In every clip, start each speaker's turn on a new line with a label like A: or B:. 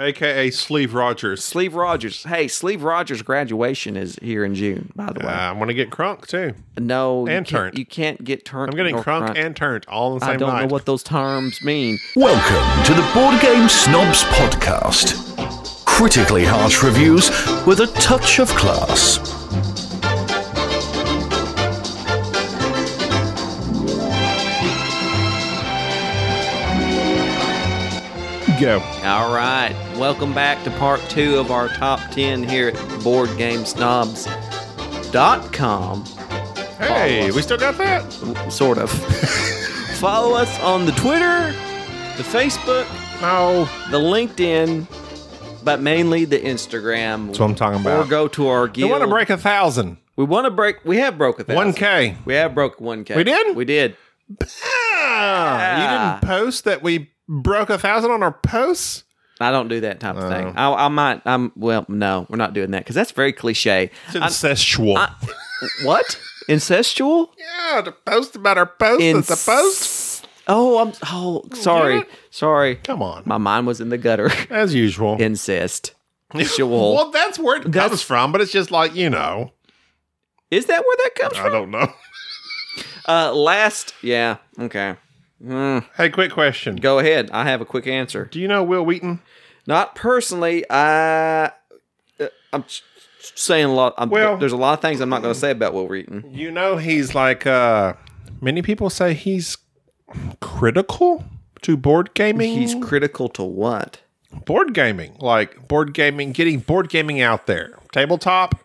A: aka Sleeve Rogers.
B: Sleeve Rogers. Hey, Sleeve Rogers' graduation is here in June, by the way.
A: Uh, I'm gonna get crunk too.
B: no, you
A: and
B: can't,
A: turnt.
B: you can't get turned.
A: I'm getting
B: or
A: crunk,
B: crunked.
A: and turned all in the
B: I
A: same
B: don't
A: night.
B: know what those terms mean.
C: Welcome to the Board Game Snobs podcast. Critically harsh reviews with a touch of class.
A: Go.
B: All right. Welcome back to part two of our top 10 here at BoardGameSnobs.com. Oh,
A: Hey,
B: Follow us.
A: we still got that?
B: Sort of. Follow us on the Twitter, the Facebook,
A: No.
B: the LinkedIn, but mainly the Instagram.
A: That's what I'm talking
B: Or
A: about.
B: go to our
A: We
B: guild.
A: want to break a thousand.
B: We want to break. We have broke a thousand.
A: One K.
B: We have broke 1K.
A: We did?
B: We did.
A: Ah, You didn't post that we broke a thousand on our posts?
B: I don't do that type of
A: Oh.
B: thing. I, I might. I'm. Well, no, we're not doing that because that's very cliche.
A: It's incestual.
B: what? Incestual?
A: yeah, to post about our posts.
B: In-
A: it's a post.
B: Oh, I'm. Oh, sorry. Sorry.
A: Come on.
B: My mind was in the gutter.
A: As usual.
B: Incest.
A: well,
B: Sexual.
A: that's where it
B: That's-
A: comes from, but it's just like, you know.
B: Is that where that comes
A: I
B: from?
A: don't know.
B: Uh, last. Yeah. Okay.
A: hey, quick question.
B: Go ahead. I have a quick answer.
A: Do you know Will Wheaton?
B: Not personally. I. uh, I'm s- s- saying a lot. I'm,
A: Well-
B: there's a lot of things I'm not going to say about Will Wheaton.
A: You know he's like uh many people say he's critical to board gaming.
B: He's critical to what?
A: board gaming, like board gaming, getting board gaming out there. Tabletop.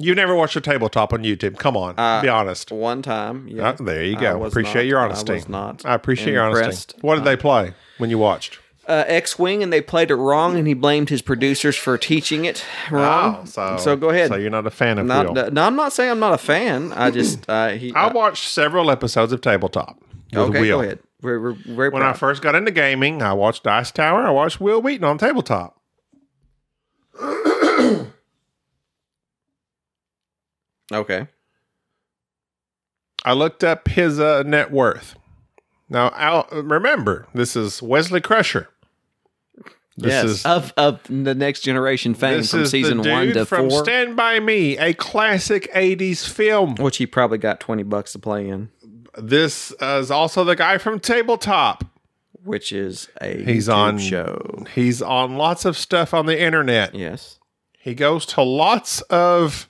A: You've never watched a tabletop on YouTube. Come on, be honest.
B: One time. Yeah.
A: Uh, there you
B: Uh, I
A: go.
B: was
A: Appreciate
B: not-
A: your honesty.
B: I was not.
A: I appreciate your
B: impressed.
A: honesty. What did they play when you watched?
B: uh, X Wing and they played it wrong, and he blamed his producers for teaching it wrong.
A: Oh, so
B: go ahead.
A: So you're not a fan of
B: um, Not-
A: Will.
B: no, I'm not saying I'm not a fan. I just uh, he.
A: I watched several episodes of tabletop with
B: okay,
A: Will.
B: go ahead. We're, we're very
A: When I
B: proud.
A: first got into gaming, I watched Dice Tower. I watched Will Wheaton on tabletop.
B: okay.
A: I looked up his uh, net worth. Now, I'll, remember, this is Wesley Crusher. This
B: yes,
A: is
B: of of the next generation fame
A: this
B: from
A: is
B: season
A: the dude
B: one to
A: from
B: four,
A: Stand by Me, a classic '80s film.
B: which he probably got twenty bucks to play in,
A: This uh, is also the guy from Tabletop.
B: which is a
A: He's
B: YouTube
A: on-
B: show.
A: He's on lots of stuff on the internet.
B: Yes.
A: He goes to lots of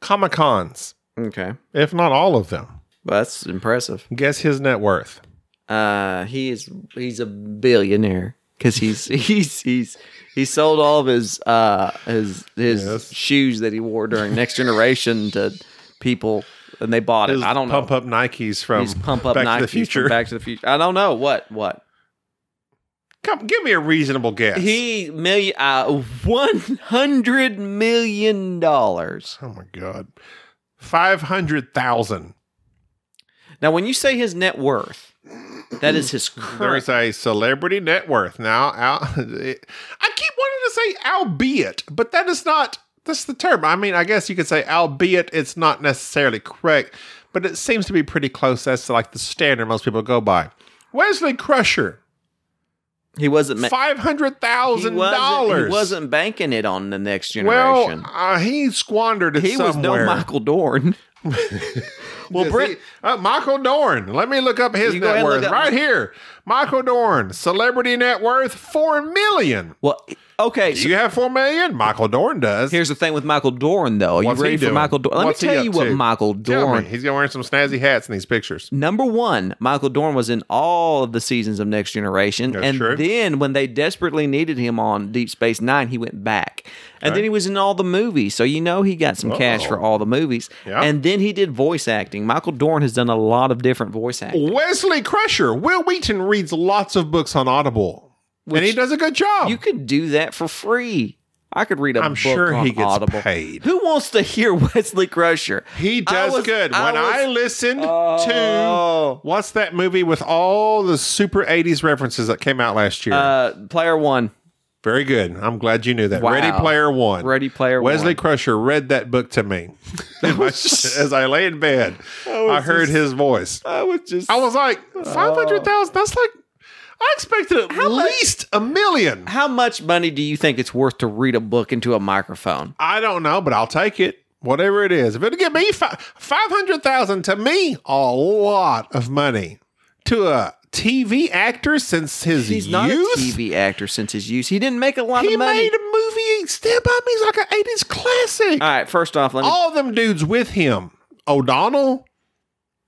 A: comic cons,
B: Okay.
A: if not all of them.
B: Well, that's impressive.
A: Guess his net worth.
B: Uh, he is he's a billionaire because he's he's he's he sold all of his uh his his
A: Yes.
B: shoes that he wore during Next Generation to people, and they bought
A: His
B: it. I don't know.
A: pump up Nikes from
B: He's pump up
A: Back
B: Nikes
A: to the Future.
B: From Back to the Future. I don't know what what
A: Come, give me a reasonable guess.
B: he million uh, one hundred million dollars.
A: Oh my god. Five hundred thousand.
B: Now, when you say his net worth, that is his current.
A: There's a celebrity net worth now. Al, I keep wanting to say albeit, but that is not. That's the term. I mean, I guess you could say albeit it's not necessarily correct, but it seems to be pretty close. That's like the standard most people go by. Wesley Crusher,
B: He wasn't. Ma-
A: five hundred
B: he
A: thousand
B: wasn't,
A: dollars.
B: he wasn't banking it on the next generation.
A: Well, uh, he squandered it
B: he was no
A: somewhere.
B: Michael Dorn.
A: Well,
B: Brett-
A: uh, Michael Dorn. Let me look up his
B: You go
A: net
B: ahead and
A: worth
B: look up-
A: right here. Michael Dorn, celebrity net worth four million.
B: Well, okay.
A: Do
B: So
A: you have four million? Michael Dorn does.
B: here's the thing with Michael Dorn, though. Are you
A: What's he
B: ready for
A: doing?
B: Michael Dorn? Let
A: What's he
B: me tell
A: up
B: you what
A: to?
B: Michael
A: Tell me,
B: Dorn.
A: he's gonna wear some snazzy hats in these pictures.
B: Number one, Michael Dorn was in all of the seasons of Next Generation,
A: That's
B: and
A: true.
B: then when they desperately needed him on Deep Space Nine, he went back, and then he was in all the movies. So you know he got some cash for all the movies,
A: Yeah.
B: and then he did voice acting. Michael Dorn has done a lot of different voice acting.
A: Wesley Crusher. Will Wheaton reads lots of books on Audible, and he does a good job.
B: You could do that for free. I could read a
A: I'm
B: book
A: sure
B: on
A: he gets
B: Audible.
A: paid.
B: Who wants to hear Wesley Crusher?
A: he does
B: I was-
A: good. When
B: I
A: I,
B: was- Oh.
A: listened to what's that movie with all the super '80s references that came out last year?
B: Uh, player one.
A: Very good. I'm glad you knew that.
B: Wow.
A: Ready Player One.
B: Ready Player
A: Wesley
B: One.
A: Crusher read that book to me as I lay in bed. I heard his voice.
B: I was just. Oh.
A: I was like, 500,000? That's like, I expected at
B: much-
A: least a million.
B: How much money do you think it's worth to read a book into a microphone?
A: I don't know, but I'll take it. Whatever it is, if it'll give me fi- five hundred thousand to me, a lot of money to a TV actor since his
B: He's
A: youth.
B: not a TV actor since his use. He didn't make a lot
A: He
B: of money.
A: made a movie. Stand by me is like an eighties classic.
B: All right, first off, let me.
A: All them dudes with him, O'Donnell.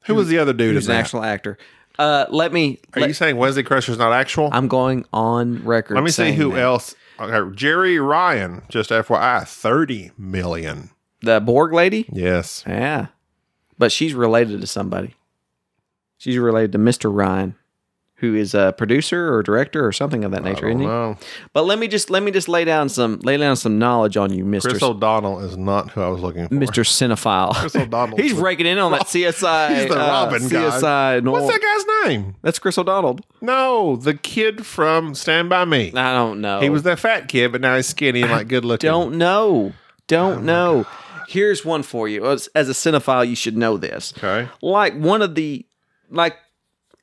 A: Who was the other dude?
B: who's
A: in
B: an
A: that?
B: actual actor? Uh, let me.
A: Are
B: let-
A: you saying Wesley Crusher's not actual?
B: I'm going on record.
A: Let me see
B: saying
A: who
B: that.
A: else. Okay, Jerry Ryan, just FYI, thirty million.
B: The Borg lady.
A: Yes,
B: Yeah, but she's related to somebody. She's related to Mr. Ryan, who is a producer or director or something of that nature, isn't he?
A: Wow.
B: But let me just let me just lay down some lay down some knowledge on you, Mister
A: Chris O'Donnell is not who I was looking for.
B: Mister Cinephile.
A: Chris O'Donnell.
B: He's raking in on that CSI.
A: He's the
B: uh,
A: Robin guy.
B: CSI.
A: What's
B: Noir.
A: that guy's name?
B: That's Chris O'Donnell.
A: No, the kid from Stand by Me.
B: I don't know.
A: He was that fat kid, but now he's skinny and like good looking.
B: Don't know.
A: Oh
B: Don't know. Here's one for you. As, as a cinephile, you should know this.
A: Okay.
B: Like one of the, like,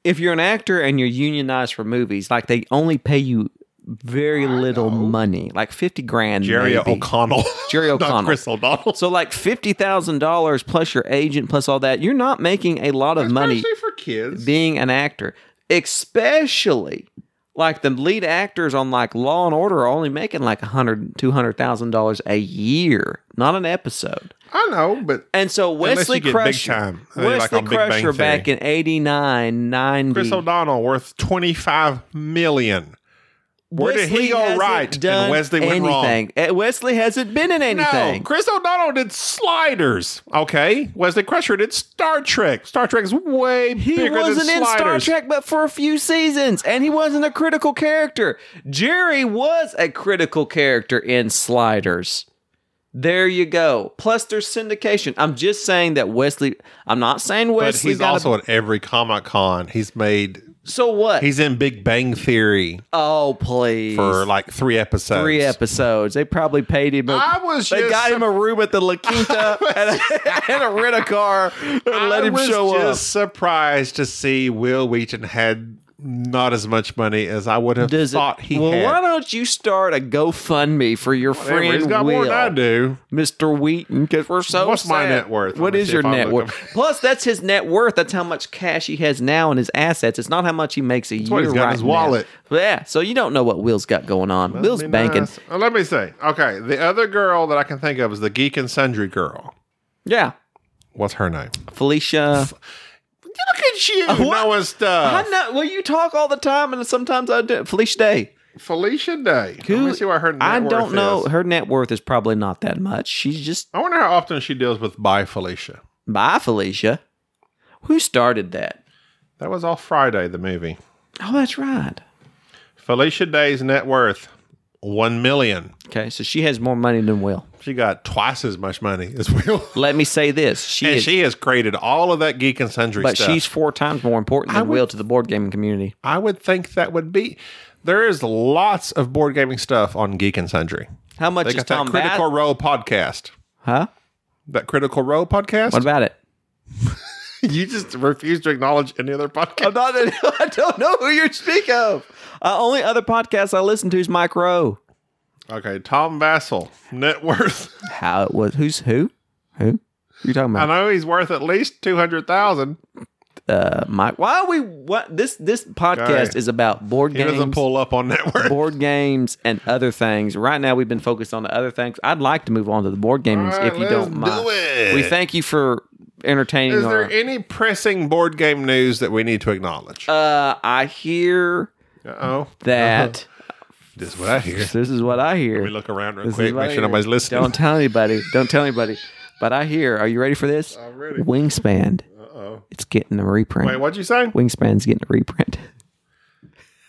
B: if you're an actor and you're unionized for movies, like they only pay you very little money, like fifty grand.
A: Jerry
B: maybe.
A: O'Connell.
B: Jerry
A: Not
B: O'Connell.
A: Chris O'Donnell.
B: So like fifty thousand dollars plus your agent plus all that, you're not making a lot of money
A: Especially for kids.
B: being an actor, especially like the lead actors on like Law and Order are only making like a hundred, two hundred thousand dollars a year, not an episode.
A: I know, but
B: And so
A: Unless
B: Wesley
A: you get big
B: Crusher,
A: time, uh, like
B: Wesley
A: on Big Bang
B: Crusher back
A: Theory.
B: in 89, 90.
A: Chris O'Donnell worth twenty five million. Where did he
B: Wesley
A: go
B: hasn't
A: right
B: done
A: and Wesley went wrong?
B: anything. wrong? Wesley hasn't been in anything.
A: No, Chris O'Donnell did Sliders. Okay, Wesley Crusher did Star Trek. Star Trek is way
B: He
A: bigger
B: wasn't
A: than
B: in Star
A: Sliders.
B: Trek, but for a few seasons, and he wasn't a critical character. Jerry was a critical character in Sliders. There you go. Plus, there's syndication. I'm just saying that Wesley. I'm not saying
A: But
B: Wesley.
A: he's
B: got a-
A: also at every Comic Con. He's made.
B: so what?
A: He's in Big Bang Theory
B: oh please.
A: for like three episodes.
B: three episodes, they probably paid him. a-
A: I was
B: They
A: just
B: got him a room at the La Quinta and, a, and a rent a car and let
A: I
B: him
A: was
B: show up.
A: just surprised to see Will Wheaton had not as much money as I would have
B: Does it-
A: thought he
B: well,
A: had.
B: why don't you start a GoFundMe for your
A: Whatever,
B: friend
A: he's got
B: Will,
A: more than I do.
B: Mr. Wheaton? Because we're so.
A: What's my
B: sad.
A: net worth? Let
B: What
A: me
B: is
A: see
B: your
A: if I'm
B: net worth?
A: looking-
B: Plus, that's his net worth. That's how much cash he has now in his assets. It's not how much he makes a year.
A: what he's got in
B: right
A: his wallet.
B: Now. Yeah, so you don't know what Will's got going on. Will's
A: Be
B: banking.
A: nice. Uh, Let me see. Okay, the other girl that I can think of is the Geek and Sundry girl.
B: Yeah,
A: What's her name?
B: Felicia.
A: Look at you
B: Uh,
A: uh,
B: what?
A: knowing stuff.
B: I know. Well, you talk all the time, and sometimes I do. Felicia Day.
A: Felicia Day. Let
B: Who-
A: me see what her net
B: I don't
A: worth
B: know.
A: is.
B: Her net worth is probably not that much. She's just
A: I wonder how often she deals with by Felicia.
B: by Felicia. Who started that?
A: That was all Friday, the movie.
B: Oh, that's right.
A: Felicia Day's net worth one million.
B: Okay, so she has more money than Will.
A: She got twice as much money as Will.
B: Let me say this: she
A: And
B: is,
A: she has created all of that geek and sundry
B: but
A: stuff.
B: she's four times more important than
A: would-
B: Will to the board gaming community.
A: I would think that would be. There is lots of board gaming stuff on Geek and Sundry.
B: How much
A: They
B: is
A: got that
B: Tom Bat?
A: Critical Role podcast.
B: Huh?
A: That Critical Role podcast.
B: What about it?
A: you just refuse to acknowledge any other podcast.
B: not, I don't know who you speak of. Uh, only other podcast I listen to is Mike Rowe.
A: Okay, Tom Vassell, net worth.
B: How it was? Who's who? Who? You talking
A: I
B: about
A: know he's worth at least two hundred thousand.
B: uh, Mike? Why are we? What this this podcast
A: Okay.
B: is about board
A: He
B: games.
A: doesn't pull up on net worth.
B: board games and other things. Right now, we've been focused on the other things. I'd like to move on to the board gaming
A: All right,
B: if you
A: let's
B: don't mind.
A: do it.
B: We thank you for entertaining.
A: Is there
B: our-
A: any pressing board game news that we need to acknowledge? Uh
B: uh, I hear
A: oh,
B: that.
A: this is what I hear.
B: this is what I hear.
A: We look around real
B: This is
A: quick,
B: what I
A: make sure
B: hear.
A: nobody's listening.
B: Don't tell anybody. Don't tell anybody. But I hear. Are you ready for this? I'm
A: ready.
B: Wingspan.
A: Uh-oh.
B: It's getting a reprint.
A: Wait, what'd you say?
B: Wingspan's getting a reprint.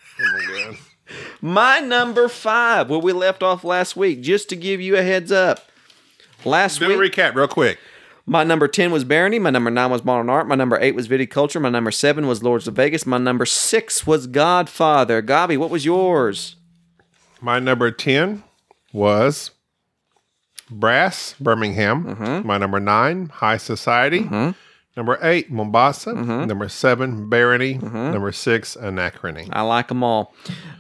B: My number five, where we left off last week, just to give you a heads up. Last
A: Do a
B: week,
A: recap real quick.
B: My number 10 was Barony. My number 9 was Modern Art. My number 8 was Viticulture. My number 7 was Lords of Vegas. My number 6 was Godfather. Gabi, what was yours?
A: My number 10 was
B: Mm-hmm.
A: Brass, Birmingham. My number 9, High Society. Number eight, Mombasa.
B: Mm-hmm.
A: Number seven, Barony. Number six, Anachrony.
B: I like them Mm-hmm. all.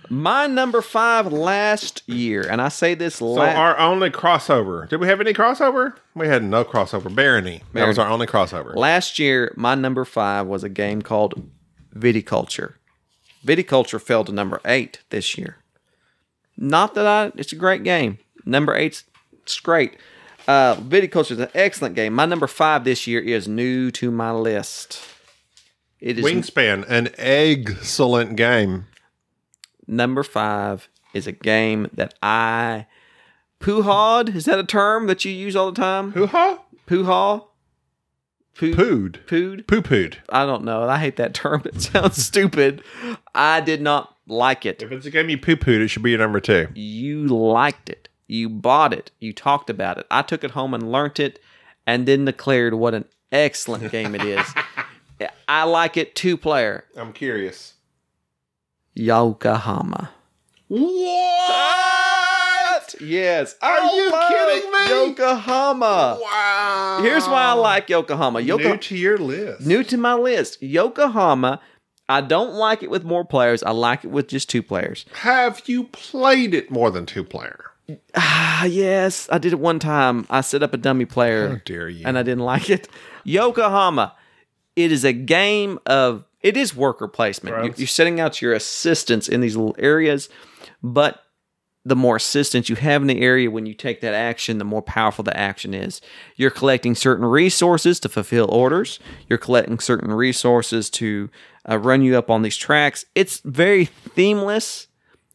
B: My number five last year, and I say this
A: So
B: last.
A: our only crossover. Did we have any crossover? We had no crossover. Barony. That was our only crossover.
B: Last year, my number five was a game called Viticulture. Viticulture fell to number eight this year. Not that I, it's a great game. Number eight's it's great. Uh, Viticulture is an excellent game. My number five this year is new to my list. It is
A: Wingspan, an excellent game.
B: number five is a game that I poohawed. Is that a term that you use all the time?
A: Hoo-ha?
B: Poohaw? Poo-
A: Pooed.
B: Pooed?
A: Poo-pooed.
B: I don't know. I hate that term. It sounds stupid. I did not like it.
A: If it's a game you poo-pooed, it should be your number two.
B: You liked it. You bought it. You talked about it. I took it home and learnt it and then declared what an excellent game it is. I like it two player.
A: I'm curious.
B: Yokohama.
A: What?
B: Yes.
A: Are
B: I
A: you
B: love
A: kidding me?
B: Oh Yokohama.
A: Wow.
B: Here's why I like Yokohama.
A: New
B: Yokohama.
A: to your list.
B: new to my list. Yokohama. I don't like it with more players. I like it with just two players.
A: Have you played it more than two player?
B: Ah, yes, I did it one time. I set up a dummy player
A: dare you?
B: and I didn't like it. Yokohama. It is a game of it is worker placement. You-
A: Drugs.
B: You're setting out your assistants in these little areas, but the more assistance you have in the area when you take that action, the more powerful the action is. You're collecting certain resources to fulfill orders. You're collecting certain resources to uh, run you up on these tracks. It's very themeless,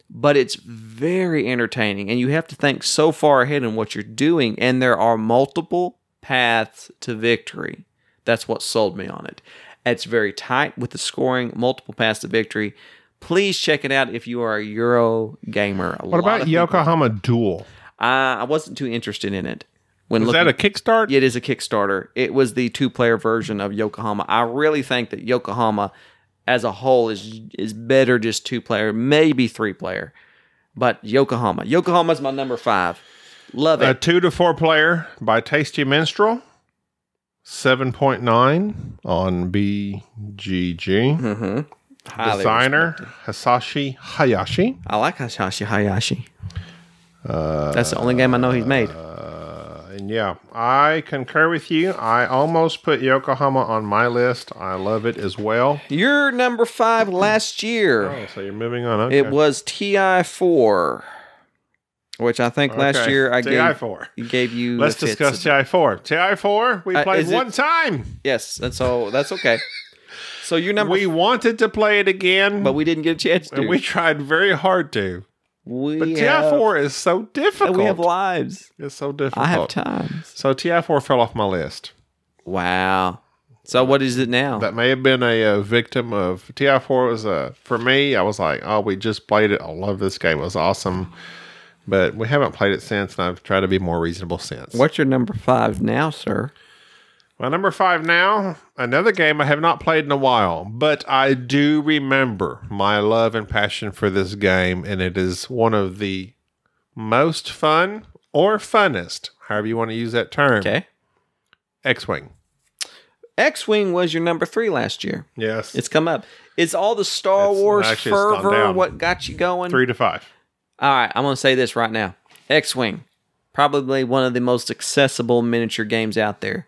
B: but it's very entertaining. And you have to think so far ahead in what you're doing. And there are multiple paths to victory. That's what sold me on it. It's very tight with the scoring, multiple paths to victory. Please check it out if you are a Euro gamer. A
A: What
B: lot
A: about
B: of people-
A: Yokohama Duel?
B: I, I wasn't too interested in it. When
A: Is
B: looking,
A: that a Kickstart?
B: it is a Kickstarter. It was the two-player version of Yokohama. I really think that Yokohama, as a whole, is is better just two-player, maybe three-player. But Yokohama, Yokohama is my number five. Love
A: A
B: it.
A: two to four player by Tasty Minstrel. 7.9 on BGG.
B: hmm Highly
A: Designer
B: respected.
A: Hisashi Hayashi.
B: I like Hasashi Hayashi. That's the only game I know he's made.
A: Uh, and yeah, I concur with you. I almost put Yokohama on my list. I love it as well.
B: Your number five last year.
A: Oh, so you're moving on. Okay.
B: It was TI4, which I think last
A: Okay,
B: year I
A: TI4.
B: gave gave you.
A: Let's
B: the fits
A: discuss
B: of-
A: TI4. TI4, we
B: Uh,
A: played
B: is it-
A: one time.
B: Yes, and so that's okay. so your number,
A: We wanted to play it again,
B: but we didn't get a chance to.
A: and we tried very hard to.
B: we
A: But
B: have,
A: TI4 is so difficult.
B: we have lives.
A: it's so difficult.
B: I have times.
A: So TI4 fell off my list.
B: Wow. So what is it now?
A: That may have been a, uh victim of TI4 was a for me. I was like, oh, we just played it. I love this game. It was awesome, but we haven't played it since, and I've tried to be more reasonable since.
B: What's your number five now, sir?
A: My number five now, another game I have not played in a while, but I do remember my love and passion for this game, and it is one of the most fun or funnest, however you want to use that term.
B: Okay.
A: X-wing.
B: X-wing was your number three last year.
A: Yes,
B: It's come up. It's all the Star
A: It's-
B: Wars
A: actually, it's gone
B: fervor.
A: down.
B: What got you going?
A: three to five.
B: All right, I'm going to say this right now. X Wing, probably one of the most accessible miniature games out there.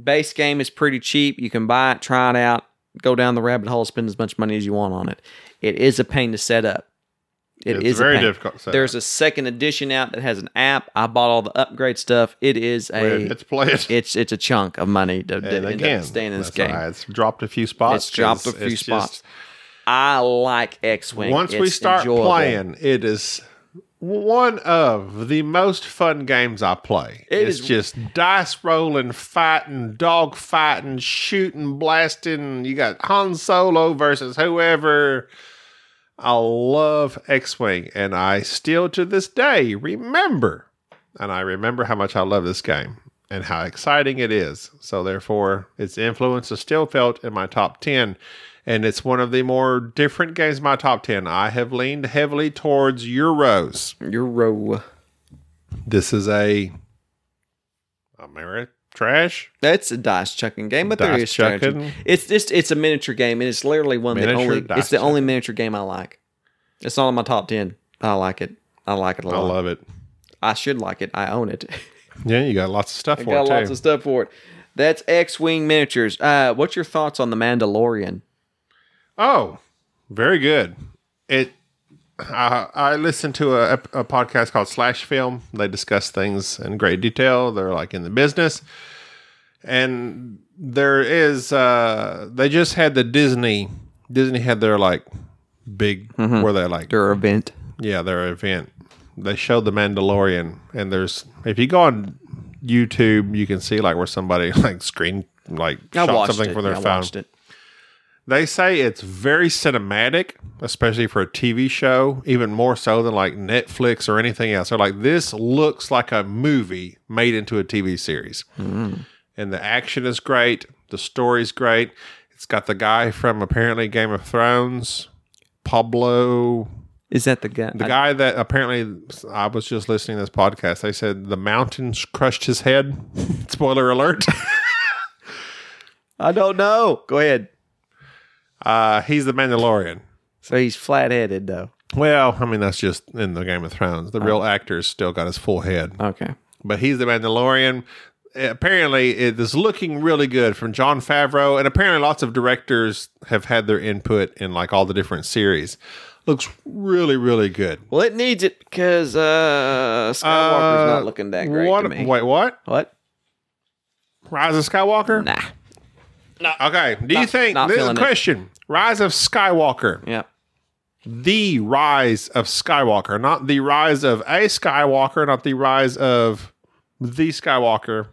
B: Base game is pretty cheap. You can buy it, try it out, go down the rabbit hole, spend as much money as you want on it. It is a pain to set up. It
A: It's
B: is a
A: very
B: pain.
A: difficult to set
B: There's a second edition out that has an app. I bought all the upgrade stuff. It is a
A: Let's play it.
B: it's it's a chunk of money to, to
A: And
B: end
A: again,
B: up staying in this
A: that's
B: game.
A: why it's dropped a few spots.
B: It's dropped
A: 'cause
B: a few
A: it's just-
B: spots. I like X Wing.
A: once we start playing, it is one of the most fun games I play.
B: It
A: it's
B: is-
A: just dice rolling, fighting, dog fighting, shooting, blasting. You got Han Solo versus whoever. I love X Wing, and I still to this day remember, and I remember how much I love this game and how exciting it is. So, therefore, its influence is still felt in my top 10, and it's one of the more different games in my top 10. I have leaned heavily towards Euros.
B: Euro.
A: This is a Ameri- Trash.
B: That's a dice chucking game, but there
A: Dice
B: is strategy.
A: chucking?
B: It's just it's a miniature game, and it's literally one of the
A: Miniature
B: only.
A: dice
B: It's the only miniature game I like. It's not in my top ten. I like it. I like it a
A: I
B: lot.
A: love it.
B: I should like it. I own it.
A: Yeah, you got lots of stuff
B: I
A: for
B: got
A: it
B: lots
A: too.
B: of stuff for it. That's X Wing miniatures. Uh, what's your thoughts on the Mandalorian?
A: oh, very good. It. I I listened to a, a podcast called Slash Film. They discuss things in great detail. They're like in the business, and there is. uh They just had the Disney. Disney had their like big
B: Mm-hmm.
A: where they like
B: Their event.
A: yeah, their event. They showed the Mandalorian, and there's if you go on YouTube, you can see like where somebody like screen like
B: I
A: shot
B: watched
A: something
B: it.
A: from their
B: I
A: phone.
B: watched it.
A: They say it's very cinematic, especially for a TV show, even more so than like Netflix or anything else. They're like, this looks like a movie made into a TV series,
B: Hmm.
A: and the action is great, the story's great. It's got the guy from apparently Game of Thrones, Pablo
B: Is that the guy?
A: the
B: I-
A: guy that apparently I was just listening to this podcast. They said the mountains crushed his head. Spoiler alert.
B: I, don't know. Go ahead.
A: uh, he's the Mandalorian.
B: So he's flat headed though.
A: Well, I mean that's just in the Game of Thrones. The real actor's still got his full head,
B: Okay.
A: but he's the Mandalorian. Apparently, it is looking really good from John Favreau, and apparently, lots of directors have had their input in like all the different series. Looks really, really good.
B: Well, it needs it because uh, Skywalker's not
A: Uh,
B: looking that great
A: what,
B: to me.
A: Wait, what?
B: What?
A: Rise of Skywalker?
B: Nah.
A: Okay. Do you think
B: not
A: this is a
B: feeling it.
A: question? Rise of Skywalker.
B: Yeah.
A: The rise of Skywalker, not the rise of a Skywalker, not the rise of the Skywalker.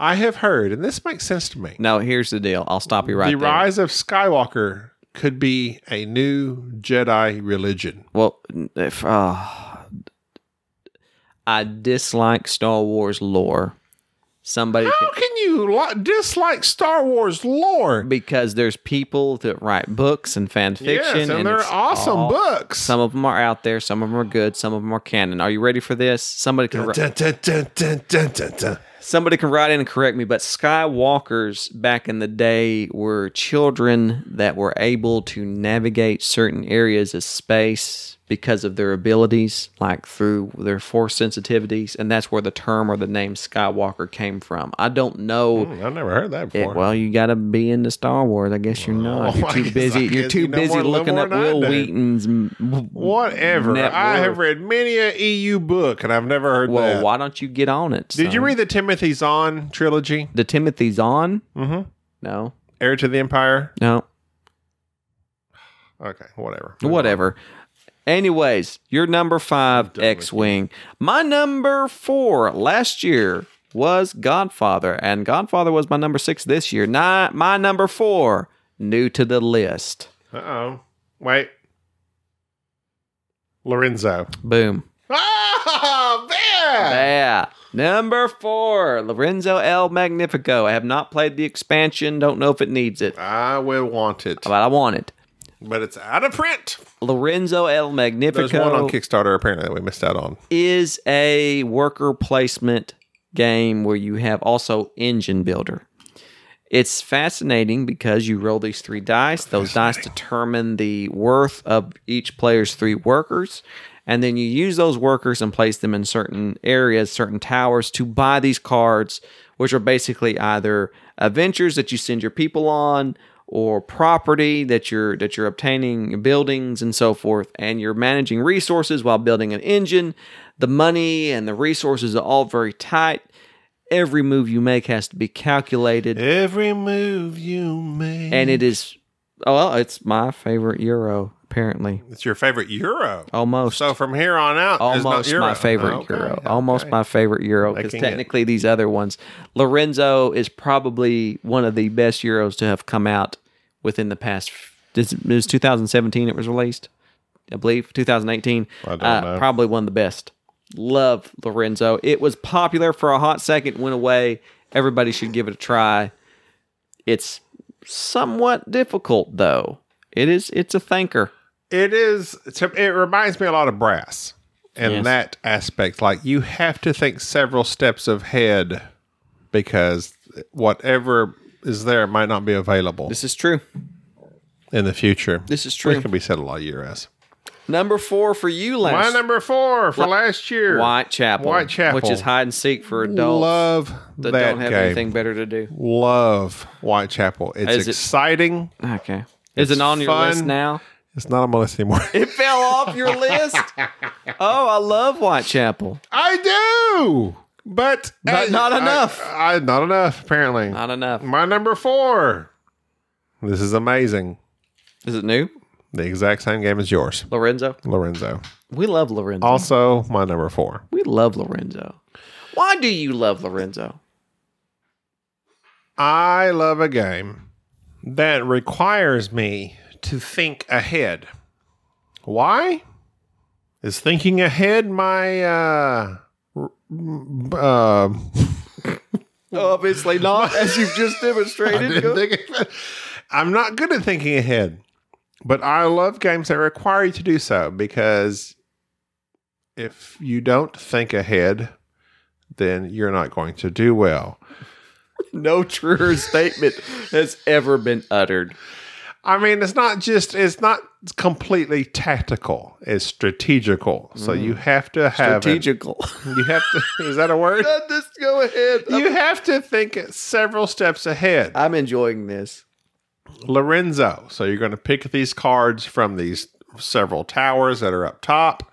A: I have heard, and this makes sense to me.
B: No, here's the deal. I'll stop you right
A: the
B: there.
A: rise of Skywalker could be a new Jedi religion.
B: Well, if uh, I dislike Star Wars lore, somebody
A: How can you lo- dislike Star Wars lore?
B: because there's people that write books and fan fiction,
A: Yes, and they're
B: it's
A: awesome
B: all-
A: books.
B: Some of them are out there. Some of them are good. Some of them are canon. Are you ready for this? Somebody can. ri-
A: Dun, dun, dun, dun, dun, dun, dun.
B: somebody can write in and correct me, but Skywalkers back in the day were children that were able to navigate certain areas of space because of their abilities, like through their force sensitivities, and that's where the term or the name Skywalker came from. I don't know.
A: Hmm, I've never heard that
B: it-
A: before.
B: well, you gotta be into Star Wars. I guess you're not.
A: Oh,
B: You're
A: I
B: too
A: guess-
B: busy.
A: I
B: You're
A: guess
B: too
A: you know
B: busy
A: more- a little
B: looking
A: more
B: up
A: than I
B: Will
A: do.
B: Wheaton's. m-
A: Whatever.
B: Net
A: I have
B: worth.
A: read many a EU book, and I've never heard
B: Well,
A: that.
B: why don't you get on it?
A: Did you
B: son?
A: read the Timothy Zahn trilogy,
B: the Timothy's on? Mm-hmm. No,
A: Heir to the Empire?
B: no.
A: Okay, whatever.
B: Whatever. Anyways, your number five X Wing. My number four last year was Godfather, and Godfather was my number six this year. Not my number four, new to the list.
A: Uh oh. Wait. Lorenzo.
B: Boom.
A: Ah, man!
B: Yeah. Number four, Lorenzo L. Magnifico. I have not played the expansion, don't know if it needs it,
A: I will want it,
B: but I want it.
A: but it's out of print.
B: Lorenzo L.
A: There's
B: Magnifico.
A: one on Kickstarter apparently that we missed out on.
B: is a worker placement game where you have also engine builder. It's fascinating because you roll these three dice. Those dice determine the worth of each player's three workers. And then you use those workers and place them in certain areas, certain towers to buy these cards, which are basically either adventures that you send your people on or property that you're that you're obtaining buildings and so forth and you're managing resources while building an engine the money and the resources are all very tight every move you make has to be calculated
A: Every move you make.
B: and it is oh well it's my favorite euro apparently
A: it's your favorite Euro.
B: almost
A: So from here on out, there's no
B: Oh, almost
A: Euro.
B: my favorite
A: Okay,
B: euro
A: Oh, okay.
B: almost my favorite euro because
A: Making it-
B: technically these other ones lorenzo is probably one of the best euros to have come out within the past this it was 2017 it was released i believe 2018
A: I don't
B: Uh,
A: know.
B: probably one of the best love lorenzo it was popular for a hot second went away everybody should give it a try it's somewhat difficult though it is it's a thinker
A: it is to- it reminds me a lot of brass in
B: Yes.
A: that aspect like you have to think several steps ahead because whatever is there might not be available
B: This is true.
A: in the future.
B: This is
A: Which
B: true.
A: can be said a lot of year as.
B: Number four for you,
A: My
B: last
A: number four for last year.
B: Whitechapel.
A: Whitechapel.
B: which is hide and seek for adults
A: Love
B: that
A: that,
B: don't have
A: game.
B: anything better to do.
A: Love Whitechapel. It's
B: Is it-
A: exciting.
B: Okay, is it on your
A: fun.
B: list now?
A: It's not on my list anymore.
B: It fell off your list. Oh, I love Whitechapel.
A: I do, but
B: But not
A: I-
B: enough.
A: I, not enough apparently.
B: Not enough.
A: My number four. This is amazing.
B: Is it new,
A: The exact same game as yours,
B: Lorenzo?
A: Lorenzo.
B: We love Lorenzo.
A: Also, my number four.
B: We love Lorenzo. Why do you love Lorenzo?
A: I love a game that requires me to think ahead. Why? Is thinking ahead my uh, r- m- uh
B: Obviously not, as you've just demonstrated.
A: didn't think it- I'm not good at thinking ahead, but I love games that require you to do so because if you don't think ahead, then you're not going to do well.
B: no truer statement has ever been uttered.
A: I mean, it's not just it's not completely tactical; it's strategical. So you have to have an-
B: Strategical.
A: you have to. Is that a word?
B: Just go ahead.
A: You have to think it several steps ahead.
B: I'm enjoying this.
A: Lorenzo. So you're going to pick these cards from these several towers that are up top.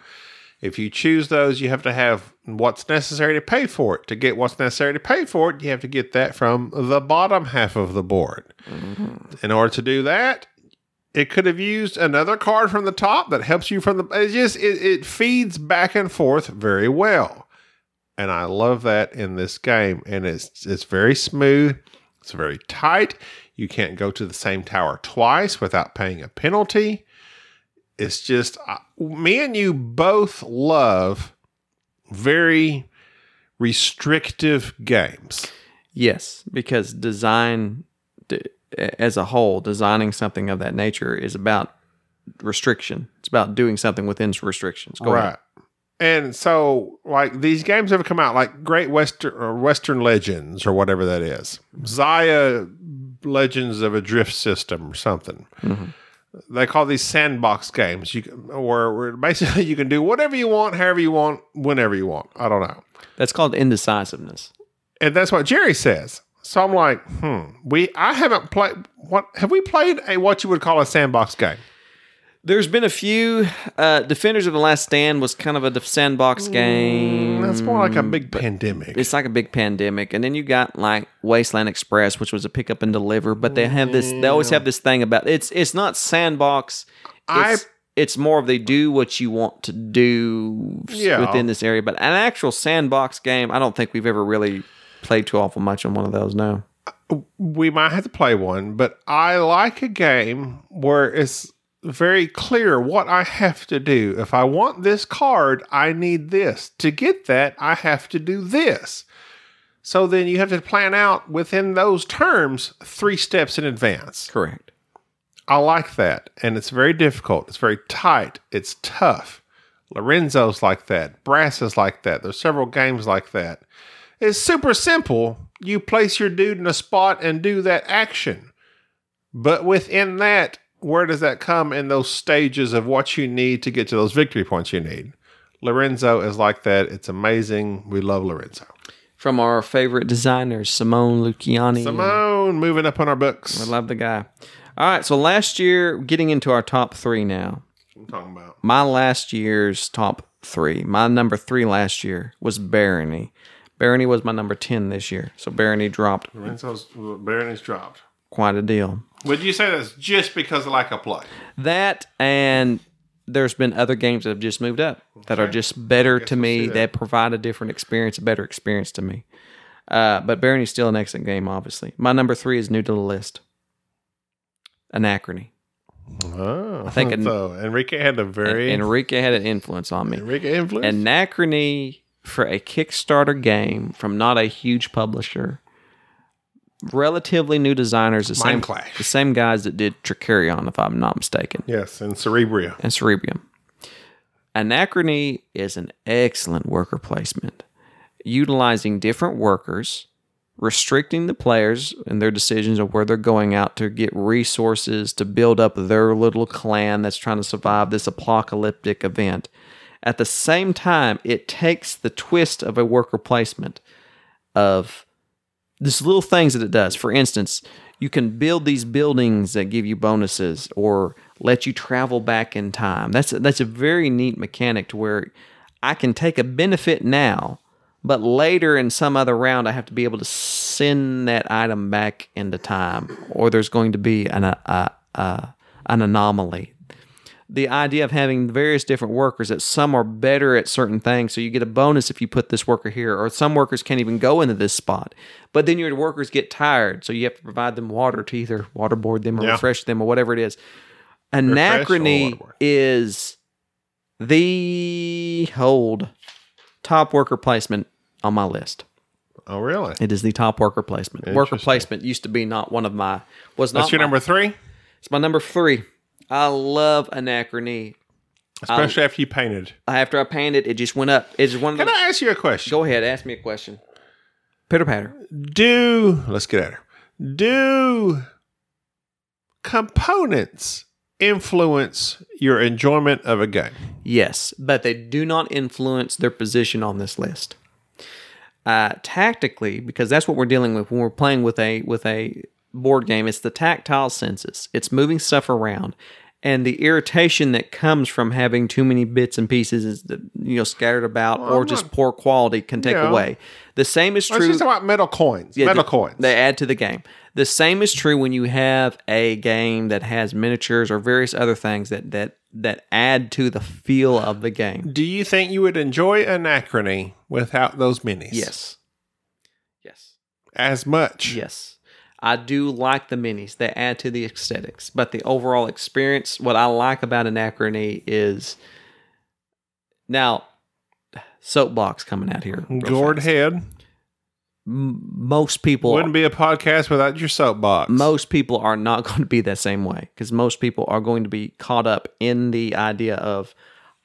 A: If you choose those, you have to have what's necessary to pay for it. To get what's necessary to pay for it, you have to get that from the bottom half of the board. In order to do that, it could have used another card from the top that helps you from the. It just it, it feeds back and forth very well, and I love that in this game. And it's it's very smooth. It's very tight. You can't go to the same tower twice without paying a penalty. It's just I- me and you both love very restrictive games.
B: Yes, because design d- as a whole, designing something of that nature is about restriction. It's about doing something within restrictions. Go ahead.
A: And so, like these games have come out, like Great Western or Western Legends or whatever that is, Zaya Legends of a Drift System or something.
B: Mm-hmm.
A: They call these sandbox games. You can, where, where basically you can do whatever you want, however you want, whenever you want. I don't know,
B: That's called indecisiveness.
A: and that's what Jerry says. So I'm like, hmm, we I haven't played what have we played a what you would call a sandbox game?
B: There's been a few. Uh, Defenders of the Last Stand was kind of a def- sandbox game.
A: That's more like a
B: Mm,
A: big pandemic.
B: it's like a big pandemic and then you got like wasteland express which was a pick up and deliver but they have this they always have this thing about it's it's not sandbox it's,
A: Mm-hmm. I-
B: it's more of they do what you want to do s-
A: Yeah.
B: within this area but an actual sandbox game i don't think we've ever really played too awful much on one of those no
A: we might have to play one, but I like a game where it's very clear what I have to do. If I want this card, I need this. To get that, I have to do this. So then you have to plan out within those terms three steps in advance.
B: correct
A: I like that. And it's very difficult. It's very tight. It's tough. Lorenzo's like that. Brass is like that. There's several games like that. It's super simple. You place your dude in a spot and do that action. But within that, where does that come in those stages of what you need to get to those victory points you need? Lorenzo is like that. It's amazing. We love Lorenzo.
B: from our favorite designers simone luciani
A: Simone moving up on our books.
B: i love the guy all right so last year getting into our top three now
A: I'm talking about.
B: my last year's top three, my number three last year was Barony. Barony was my number 10 this year. So Barony dropped
A: Lorenzo's Barony's dropped.
B: quite a deal.
A: Would you say that's just because of lack of play?
B: That and there's been other games that have just moved up that are just better to me, that. provide a different experience, a better experience to me. Uh, but Barony's still an excellent game, obviously. My number three is new to the list Anachrony.
A: Oh, I
B: think
A: think
B: en-
A: so. Enrique had a very
B: Enrique had an influence on me.
A: Enrique influence.
B: Anachrony for a Kickstarter game from not a huge publisher. Relatively new designers, the same
A: Mind Clash.
B: the same guys that did Tricarion, if I'm not mistaken,
A: yes, and Cerebria.
B: and Cerebrium. Anachrony is an excellent worker placement, utilizing different workers restricting the players and their decisions of where they're going out to get resources to build up their little clan that's trying to survive this apocalyptic event. At the same time, it takes the twist of a worker placement of this little things that it does. For instance, you can build these buildings that give you bonuses or let you travel back in time. That's a, that's a very neat mechanic to where I can take a benefit now, but later in some other round I have to be able to send that item back into time, or there's going to be an uh, uh, uh, an anomaly the idea of having various different workers that some are better at certain things so you get a bonus if you put this worker here or some workers can't even go into this spot but then your workers get tired so you have to provide them water to either waterboard them or
A: Yeah.
B: refresh them or whatever it is anachrony
A: waterboard.
B: is the hold top worker placement on my list
A: Oh, really?
B: it is the top worker placement worker
A: Interesting.
B: placement used to be not one of my was not
A: That's your
B: my-
A: number three,
B: it's my number three i love anachrony
A: especially after you painted.
B: after I painted, it just went up. It's one of
A: Can
B: those.
A: I ask you a question?
B: Go ahead, ask me a question. Pitter patter.
A: do let's get at her do components influence your enjoyment of a game
B: Yes, but they do not influence their position on this list. Uh, tactically, because that's what we're dealing with when we're playing with a with a board game. It's the tactile senses. It's moving stuff around, and the irritation that comes from having too many bits and pieces is that, you know scattered about or just poor quality can take
A: Yeah.
B: away. The same is
A: let's
B: true.
A: just talk about metal coins
B: Yeah,
A: metal
B: they-
A: coins
B: They add to the game. The same is true when you have a game that has miniatures or various other things that that that add to the feel of the game.
A: do you think you would enjoy anachrony without those minis
B: Yes. Yes.
A: as much
B: Yes. I do like the minis. They add to the aesthetics, but the overall experience, what I like about Anachrony is now soapbox coming out here. real
A: gourd
B: fast.
A: head
B: Most people
A: wouldn't be a podcast without your soapbox
B: most people are not going to be that same way because most people are going to be caught up in the idea of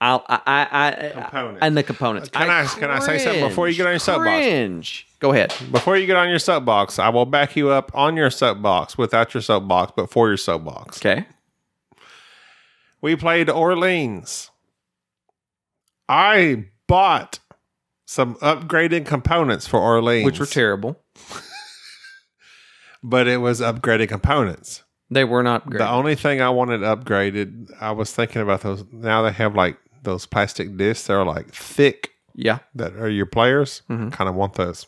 B: I'll, I I I
A: Components.
B: and the components.
A: Can I- can I say something before you get on your soapbox?
B: Cringe. Go ahead.
A: before you get on your soapbox i will back you up on your soapbox without your soapbox but for your soapbox
B: Okay.
A: We played Orleans. I bought some upgraded components for Orleans,
B: Which were terrible.
A: but it was upgraded components.
B: They were not great.
A: The only thing I wanted upgraded, I was thinking about those. Now they have like those plastic discs that are like thick
B: yeah.
A: that are your players. Kind of want those.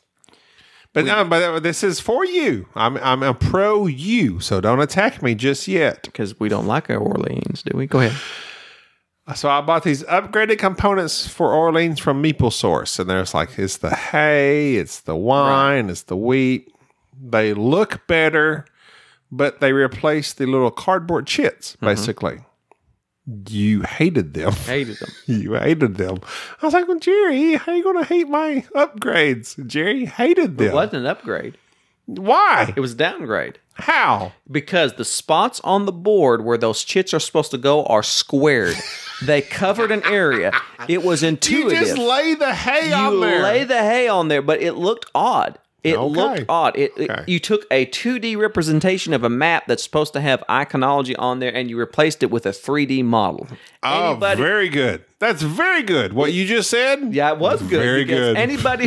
A: But no, but uh, this is for you. I'm I'm a pro you, so don't attack me just yet.
B: Because we don't like our Orleans, do we? Go ahead.
A: So I bought these upgraded components for Orleans from Meeple Source, and there's like it's the hay, it's the wine, it's the wheat. They look better, but they replace the little cardboard chits, basically. You hated them.
B: Hated them.
A: You hated them. I was like, well, Jerry, how you gonna hate my upgrades? Jerry hated
B: It
A: them.
B: wasn't an upgrade.
A: Why?
B: It was a downgrade.
A: How?
B: Because the spots on the board where those chits are supposed to go are squared. they covered an area. It was
A: You
B: intuitive.
A: just lay the hay
B: you
A: on there.
B: lay the hay on there, but it looked odd. It
A: Okay.
B: looked odd. It, it-
A: Okay.
B: you took a 2D representation of a map that's supposed to have iconology on there, and you replaced it with a 3D model.
A: Oh,
B: Anybody-
A: very good. That's very good. What you just said?
B: yeah, it was good.
A: Very
B: because
A: good.
B: Anybody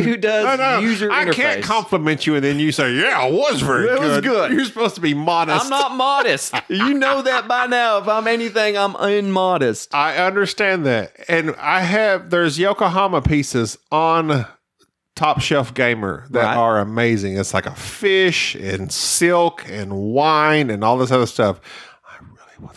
B: who does
A: No, no,
B: user
A: I
B: interface,
A: can't compliment you, and then you say, "Yeah, it was very
B: It
A: good."
B: was good.
A: You're supposed to be modest.
B: I'm not modest. you know that by now. If I'm anything, I'm immodest.
A: I understand that, and I have. There's Yokohama pieces on Top Shelf Gamer that
B: Right.
A: are amazing. It's like a fish and silk and wine and all this other stuff,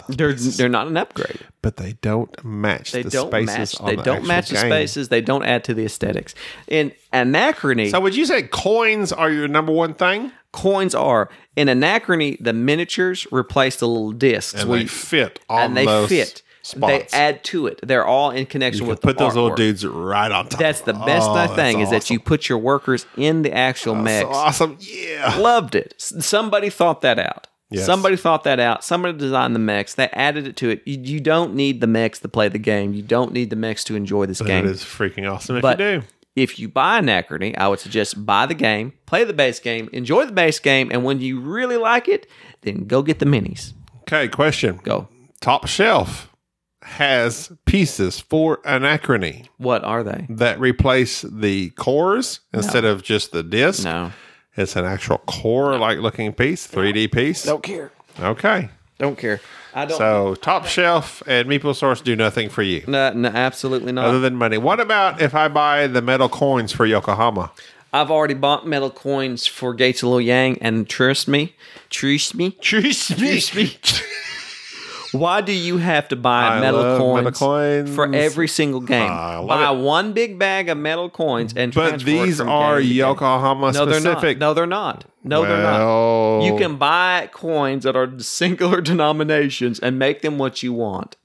B: They're they're not an upgrade.
A: but they don't match.
B: They
A: the
B: don't
A: spaces
B: match.
A: On
B: They
A: the
B: don't
A: actual
B: match the
A: game.
B: spaces. They don't add to the aesthetics. In anachrony,
A: So would you say coins are your number one thing?
B: coins are in anachrony. The miniatures replace the little discs
A: And
B: where
A: they
B: you-
A: fit on
B: and they
A: those
B: fit.
A: spots.
B: They add to it. They're all in connection
A: You can
B: with
A: put
B: the
A: those little
B: artwork.
A: dudes right on top.
B: That's the best
A: Oh,
B: I
A: that's
B: thing is that
A: awesome.
B: you put your workers in the actual mix.
A: So awesome. Yeah.
B: Loved it. S- Somebody thought that out.
A: Yes.
B: Somebody thought that out. Somebody designed the mechs. They added it to it. You, you don't need the mechs to play the game. You don't need the mechs to enjoy this game.
A: That is freaking awesome if
B: But
A: you do.
B: If you buy Anachrony, I would suggest buy the game, play the base game, enjoy the base game, and when you really like it, then go get the minis.
A: Okay, question.
B: Go.
A: Top Shelf has pieces for Anachrony
B: What are they?
A: that replace the cores instead of just the disc.
B: No.
A: It's an actual core like looking piece, 3D piece.
B: Don't care.
A: Okay.
B: Don't care. I don't.
A: So Top Shelf and Meeple Source do nothing for you
B: no, no, absolutely not.
A: other than money. What about if I buy the metal coins for Yokohama?
B: I've already bought metal coins for Gates of Lil Yang, and trust me, trust me,
A: Choose
B: trust me. Why do you have to buy
A: I
B: metal,
A: love
B: coins
A: metal coins. Ah,
B: for every single game?
A: I love
B: buy
A: it.
B: one big bag of metal coins and
A: But
B: transfer it
A: these
B: from
A: are
B: game to game.
A: Yokohama
B: No, they're not.
A: specific.
B: No, they're not. No, they're not.
A: Well,
B: You can buy coins that are singular denominations and make them what you want.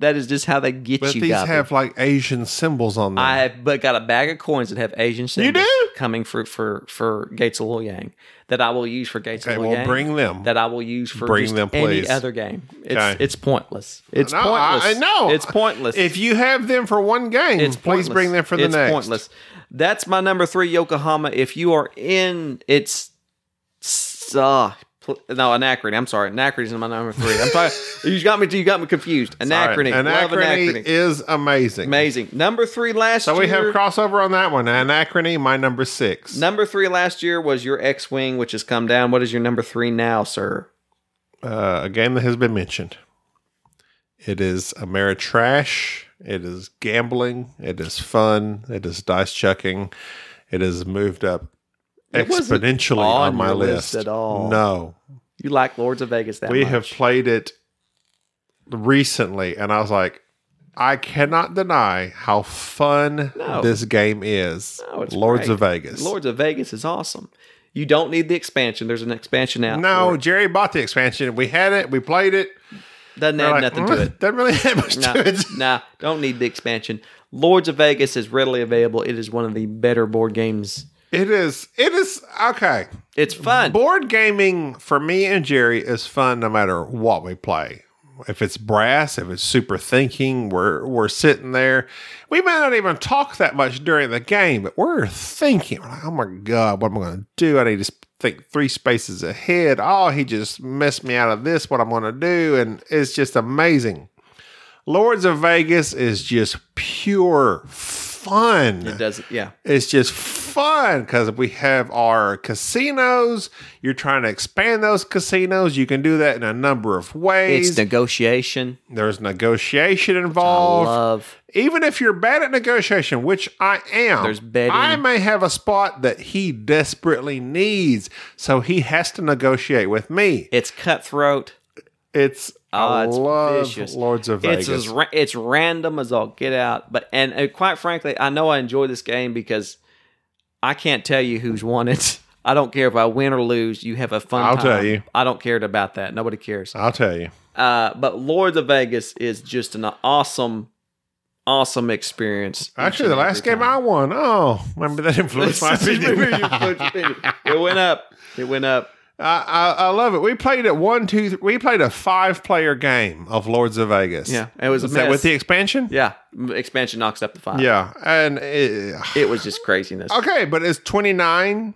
B: That is just how they get
A: But
B: you.
A: these
B: Gabby.
A: have like Asian symbols on them.
B: I have but got a bag of coins that have Asian symbols
A: do?
B: coming for for for Gates of Lil Yang that I will use for Gates
A: okay,
B: of Lil
A: well,
B: Yang
A: bring them.
B: that I will use for
A: Bring
B: just
A: them, please.
B: any other game. It's
A: Okay.
B: it's pointless. It's
A: No, I-
B: pointless.
A: I know.
B: It's pointless.
A: if you have them for one game,
B: it's
A: please
B: pointless.
A: bring them for the
B: it's
A: next.
B: pointless. That's my number three, Yokohama. If you are in, it's s- uh, pl- no anachrony. I'm sorry, anachrony is my number three. I'm sorry. you got me. You got me confused. Anachrony.
A: All right.
B: Love
A: Anachrony,
B: anachrony.
A: is amazing.
B: Amazing. Number three last
A: So
B: year.
A: we have crossover on that one. Anachrony, my number six.
B: Number three last year was your X Wing, which has come down. What is your number three now, sir?
A: Uh, a game that has been mentioned. It is Ameritrash. It is gambling. It is fun. It is dice chucking. It has moved up
B: It wasn't
A: exponentially
B: on
A: on, my
B: your
A: list.
B: list at all.
A: No,
B: You like Lords of Vegas that
A: we
B: much.
A: have played it recently, and I was like, I cannot deny how fun
B: No.
A: this game is.
B: No, Oh, it's
A: Lords
B: great.
A: of Vegas.
B: Lords of Vegas is awesome. You don't need the expansion. There's an expansion out. for
A: no,
B: it.
A: Jerry bought the expansion. We had it. We played it.
B: doesn't add
A: We're like,
B: nothing
A: "Mm,
B: to it.
A: Doesn't really have much
B: Nah,
A: to it.
B: nah, don't need the expansion. Lords of Vegas is readily available. It is one of the better board games.
A: It is. It is okay.
B: It's fun.
A: Board gaming for me and Jerry is fun no matter what we play. If it's brass, if it's super thinking, we're we're sitting there. We may not even talk that much during the game, but we're thinking. We're like, oh my god, what am I going to do? I need to sp- think three spaces ahead. Oh, he just messed me out of this. What I'm going to do, and it's just amazing. Lords of Vegas is just pure fun.
B: It does. Yeah.
A: It's just fun because we have our casinos. You're trying to expand those casinos. You can do that in a number of ways.
B: It's negotiation.
A: There's negotiation
B: I
A: involved.
B: love.
A: Even if you're bad at negotiation, which I am,
B: There's betting.
A: I may have a spot that he desperately needs. So he has to negotiate with me.
B: It's cutthroat.
A: It's, I
B: Oh, it's
A: love
B: vicious.
A: Lords of
B: It's
A: Vegas.
B: as ra- it's random as all get out. But and uh, quite frankly, I know I enjoy this game because I can't tell you who's won it. I don't care if I win or lose. You have a fun.
A: I'll
B: time.
A: tell you.
B: I don't care about that. Nobody cares.
A: I'll tell you.
B: Uh, but Lords of Vegas is just an awesome, awesome experience.
A: Actually, the last game I won. Oh, remember that influenced my opinion.
B: it went up. It went up.
A: I, I, I love it. We played it one, two, th- we played a five player game of Lords of Vegas.
B: Yeah, it was a
A: Is that
B: mess.
A: with the expansion?
B: Yeah, expansion knocks up the five.
A: Yeah. And it,
B: it was just craziness.
A: okay, but it's 29,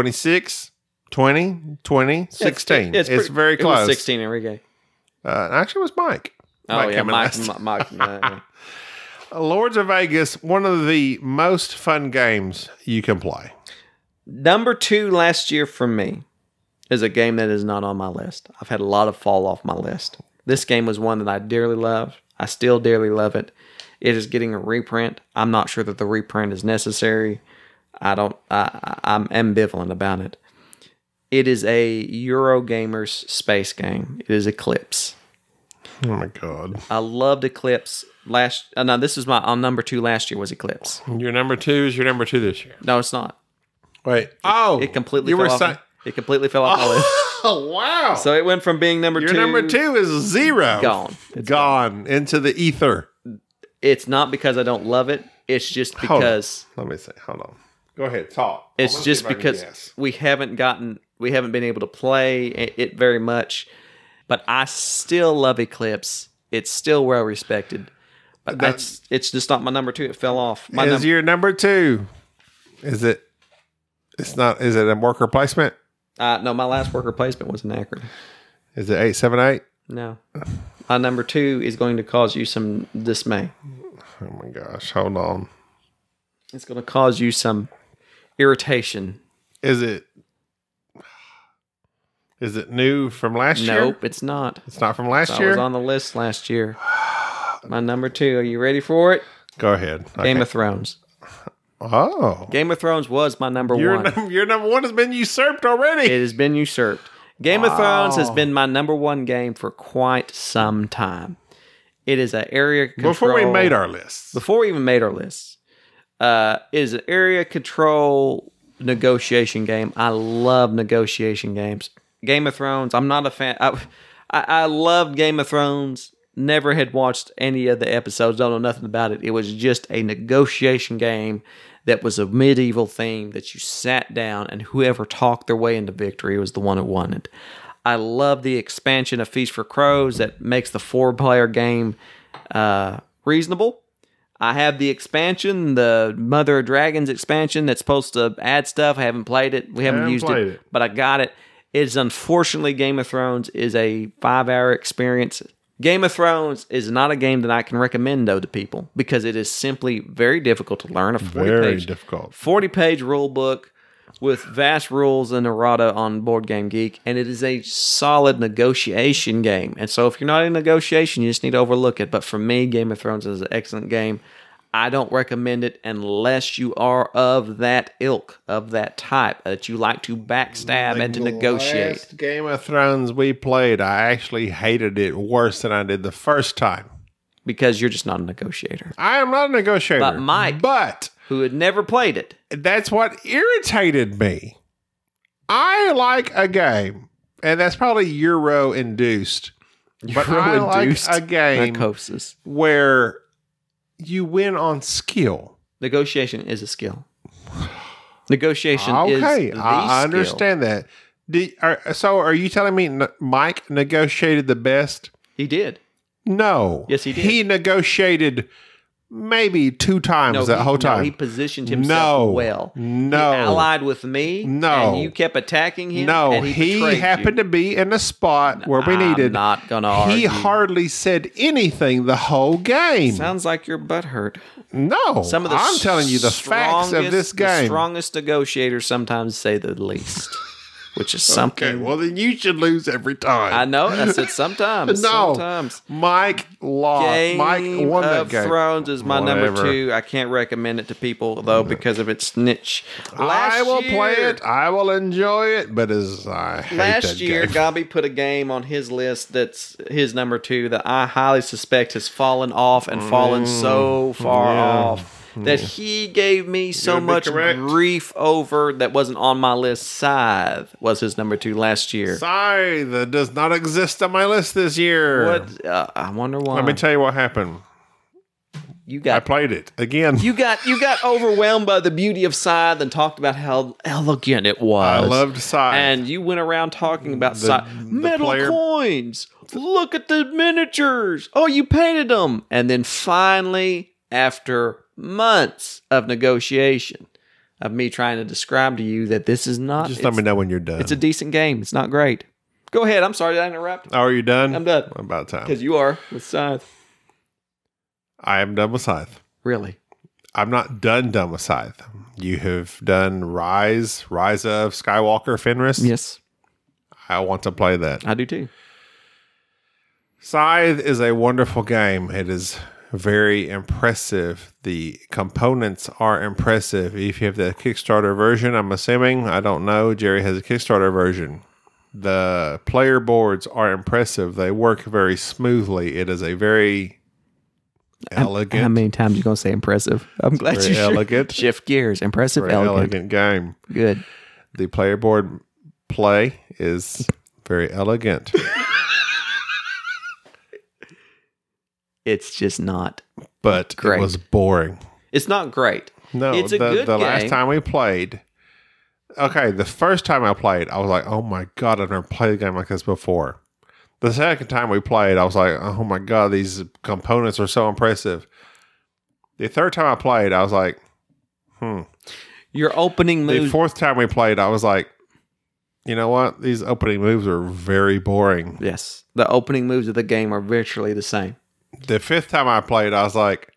A: 26, 20, 20, 16. It's,
B: pretty-
A: very
B: it was
A: close.
B: Sixteen Enrique.
A: Uh, actually, it was Mike.
B: Oh
A: Mike
B: yeah,
A: came in
B: Mike,
A: last.
B: Mi- Mike, uh,
A: Lords of Vegas, one of the most fun games you can play.
B: Number two last year for me is a game that is not on my list. I've had a lot of fall off my list. This game was one that I dearly loved. I still dearly love it. It is getting a reprint. I'm not sure that the reprint is necessary. I don't. I, I- I'm ambivalent about it. It is a Eurogamers space game. It is Eclipse.
A: Oh my God.
B: I loved Eclipse last. Uh, no, this is my on number two last year was Eclipse.
A: Your number two is your number two this year.
B: No, it's not.
A: Wait. oh.
B: It completely
A: You
B: fell
A: were
B: off.
A: saying.
B: it completely fell off my list.
A: Oh, wow.
B: So it went from being number
A: Your
B: two.
A: number two is zero.
B: Gone. It's
A: gone into the ether.
B: It's not because I don't love it. It's just
A: Hold on.
B: because
A: Let me see. Hold on. Go ahead. Talk. I
B: it's
A: wanna
B: just
A: see if I can
B: because
A: guess.
B: we haven't gotten we haven't been able to play it it very much. But I still love Eclipse. It's still well respected. But I- That's it's just not my number two. It fell off. My
A: is
B: number.
A: your number two? Is it? It's not. Is it a worker placement?
B: uh, no, my last worker placement was an acronym.
A: Is it eight seven eight?
B: No, my number two is going to cause you some dismay.
A: Oh my gosh! Hold on.
B: It's going to cause you some irritation.
A: Is it? Is it new from last year?
B: Nope, it's not.
A: It's not from last
B: I
A: year.
B: was on the list last year. My number two. Are you ready for it?
A: Go ahead.
B: Game
A: Okay.
B: of Thrones.
A: oh,
B: Game of Thrones was my number
A: your
B: one.
A: num- your number one has been usurped already.
B: it has been usurped. Game of Thrones has been my number one game for quite some time. It is an area control.
A: Before we made our list,
B: before we even made our list, uh, it is an area control negotiation game. I love negotiation games. Game of Thrones. I'm not a fan. I I, I loved Game of Thrones. Never had watched any of the episodes. Don't know nothing about it. It was just a negotiation game that was a medieval theme that you sat down and whoever talked their way into victory was the one who won it. I love the expansion of Feast for Crows that makes the four player game uh, reasonable. I have the expansion, the Mother of Dragons expansion that's supposed to add stuff. I haven't played it. We haven't
A: Haven't
B: used
A: played
B: it,
A: it.
B: but I got it. It's unfortunately Game of Thrones is a five hour experience. Game of Thrones is not a game that I can recommend though to people because it is simply very difficult to learn a forty
A: very
B: page
A: difficult.
B: 40 page rule book with vast rules and errata on Board Game Geek, and it is a solid negotiation game. And so, if you're not in negotiation, you just need to overlook it. But for me, Game of Thrones is an excellent game. I don't recommend it unless you are of that ilk, of that type, that you like to backstab and to negotiate.
A: Last Game of Thrones we played, I actually hated it worse than I did the first time.
B: because you're just not a negotiator
A: I am not a negotiator,
B: But Mike-
A: But
B: who had never played it.
A: that's what irritated me. I like a game, and that's probably Euro induced. But I like
B: Euro-induced
A: a game
B: Narcosis.
A: where you win on skill.
B: Negotiation is a skill. Negotiation is
A: Okay,
B: the
A: I
B: skill.
A: understand that. Do, are, so, are you telling me N- Mike negotiated the best?
B: He did.
A: No.
B: Yes, he did.
A: He negotiated maybe two times that
B: he,
A: whole time.
B: he positioned himself
A: No.
B: well.
A: No.
B: He allied with me.
A: No.
B: And you kept attacking him.
A: no,
B: and
A: he, happened to be in a spot where we
B: I'm
A: needed.
B: not gonna
A: He
B: argue.
A: hardly said anything the whole game.
B: Sounds like your butt hurt.
A: no,
B: Some of the
A: I'm telling you the facts of
B: strongest-
A: this
B: The
A: game.
B: strongest negotiators sometimes say the least, which is something.
A: okay, well then you should lose every time.
B: I know. I said sometimes.
A: no,
B: Sometimes.
A: Mike lost.
B: Game
A: Mike won that
B: of
A: game.
B: Thrones is my number
A: Whatever.
B: two. I can't recommend it to people though because of its niche.
A: I
B: Last
A: will play
B: year-
A: it. I will enjoy it, but as I hate that
B: Last year,
A: game.
B: Gobby put a game on his list that's his number two that I highly suspect has fallen off and fallen
A: Mm.
B: so far off that he gave me so
A: You'd be
B: much
A: correct.
B: grief over that wasn't on my list. Scythe was his number two last year.
A: Sorry, that does not exist on my list this year.
B: What? Uh, I wonder why.
A: Let me tell you what happened.
B: you
A: I
B: got
A: played it again.
B: you got you got overwhelmed by the beauty of Scythe and talked about how elegant it was.
A: I loved Scythe.
B: and you went around talking about
A: The-
B: sci-
A: the
B: metal
A: player-
B: coins. Look at the miniatures. Oh, you painted them. And then finally, after months of negotiation, of me trying to describe to you that this is not
A: Just
B: it's,
A: let me know when you're done.
B: it's a decent game. It's not great. Go ahead. I'm sorry did I interrupt
A: oh, are you done?
B: I'm done.
A: About time.
B: because you are with Scythe.
A: I am done with Scythe.
B: Really?
A: I'm not done done with Scythe. You have done Rise, Rise of Skywalker, Fenris.
B: Yes,
A: I want to play that.
B: I do too.
A: Scythe is a wonderful game. It is very impressive. The components are impressive. If you have the Kickstarter version, I'm assuming, I don't know, Jerry has a Kickstarter version. The player boards are impressive. They work very smoothly. It is a very elegant,
B: How many times you gonna say impressive? I'm glad
A: very
B: you sure-
A: elegant,
B: shift gears. Impressive,
A: very
B: elegant.
A: elegant game.
B: good.
A: The player board play is very elegant.
B: It's just not.
A: But
B: Great.
A: it was boring.
B: It's not great.
A: No,
B: It's a
A: the,
B: good
A: the last
B: game.
A: time we played. Okay, the first time I played, I was like, "Oh my god, I've never played a game like this before." The second time we played, I was like, "Oh my god, these components are so impressive." The third time I played, I was like,
B: Your opening
A: the
B: move.
A: fourth time we played, I was like, you know what? These opening moves are very boring.
B: yes, the opening moves of the game are virtually the same.
A: The fifth time I played, I was like,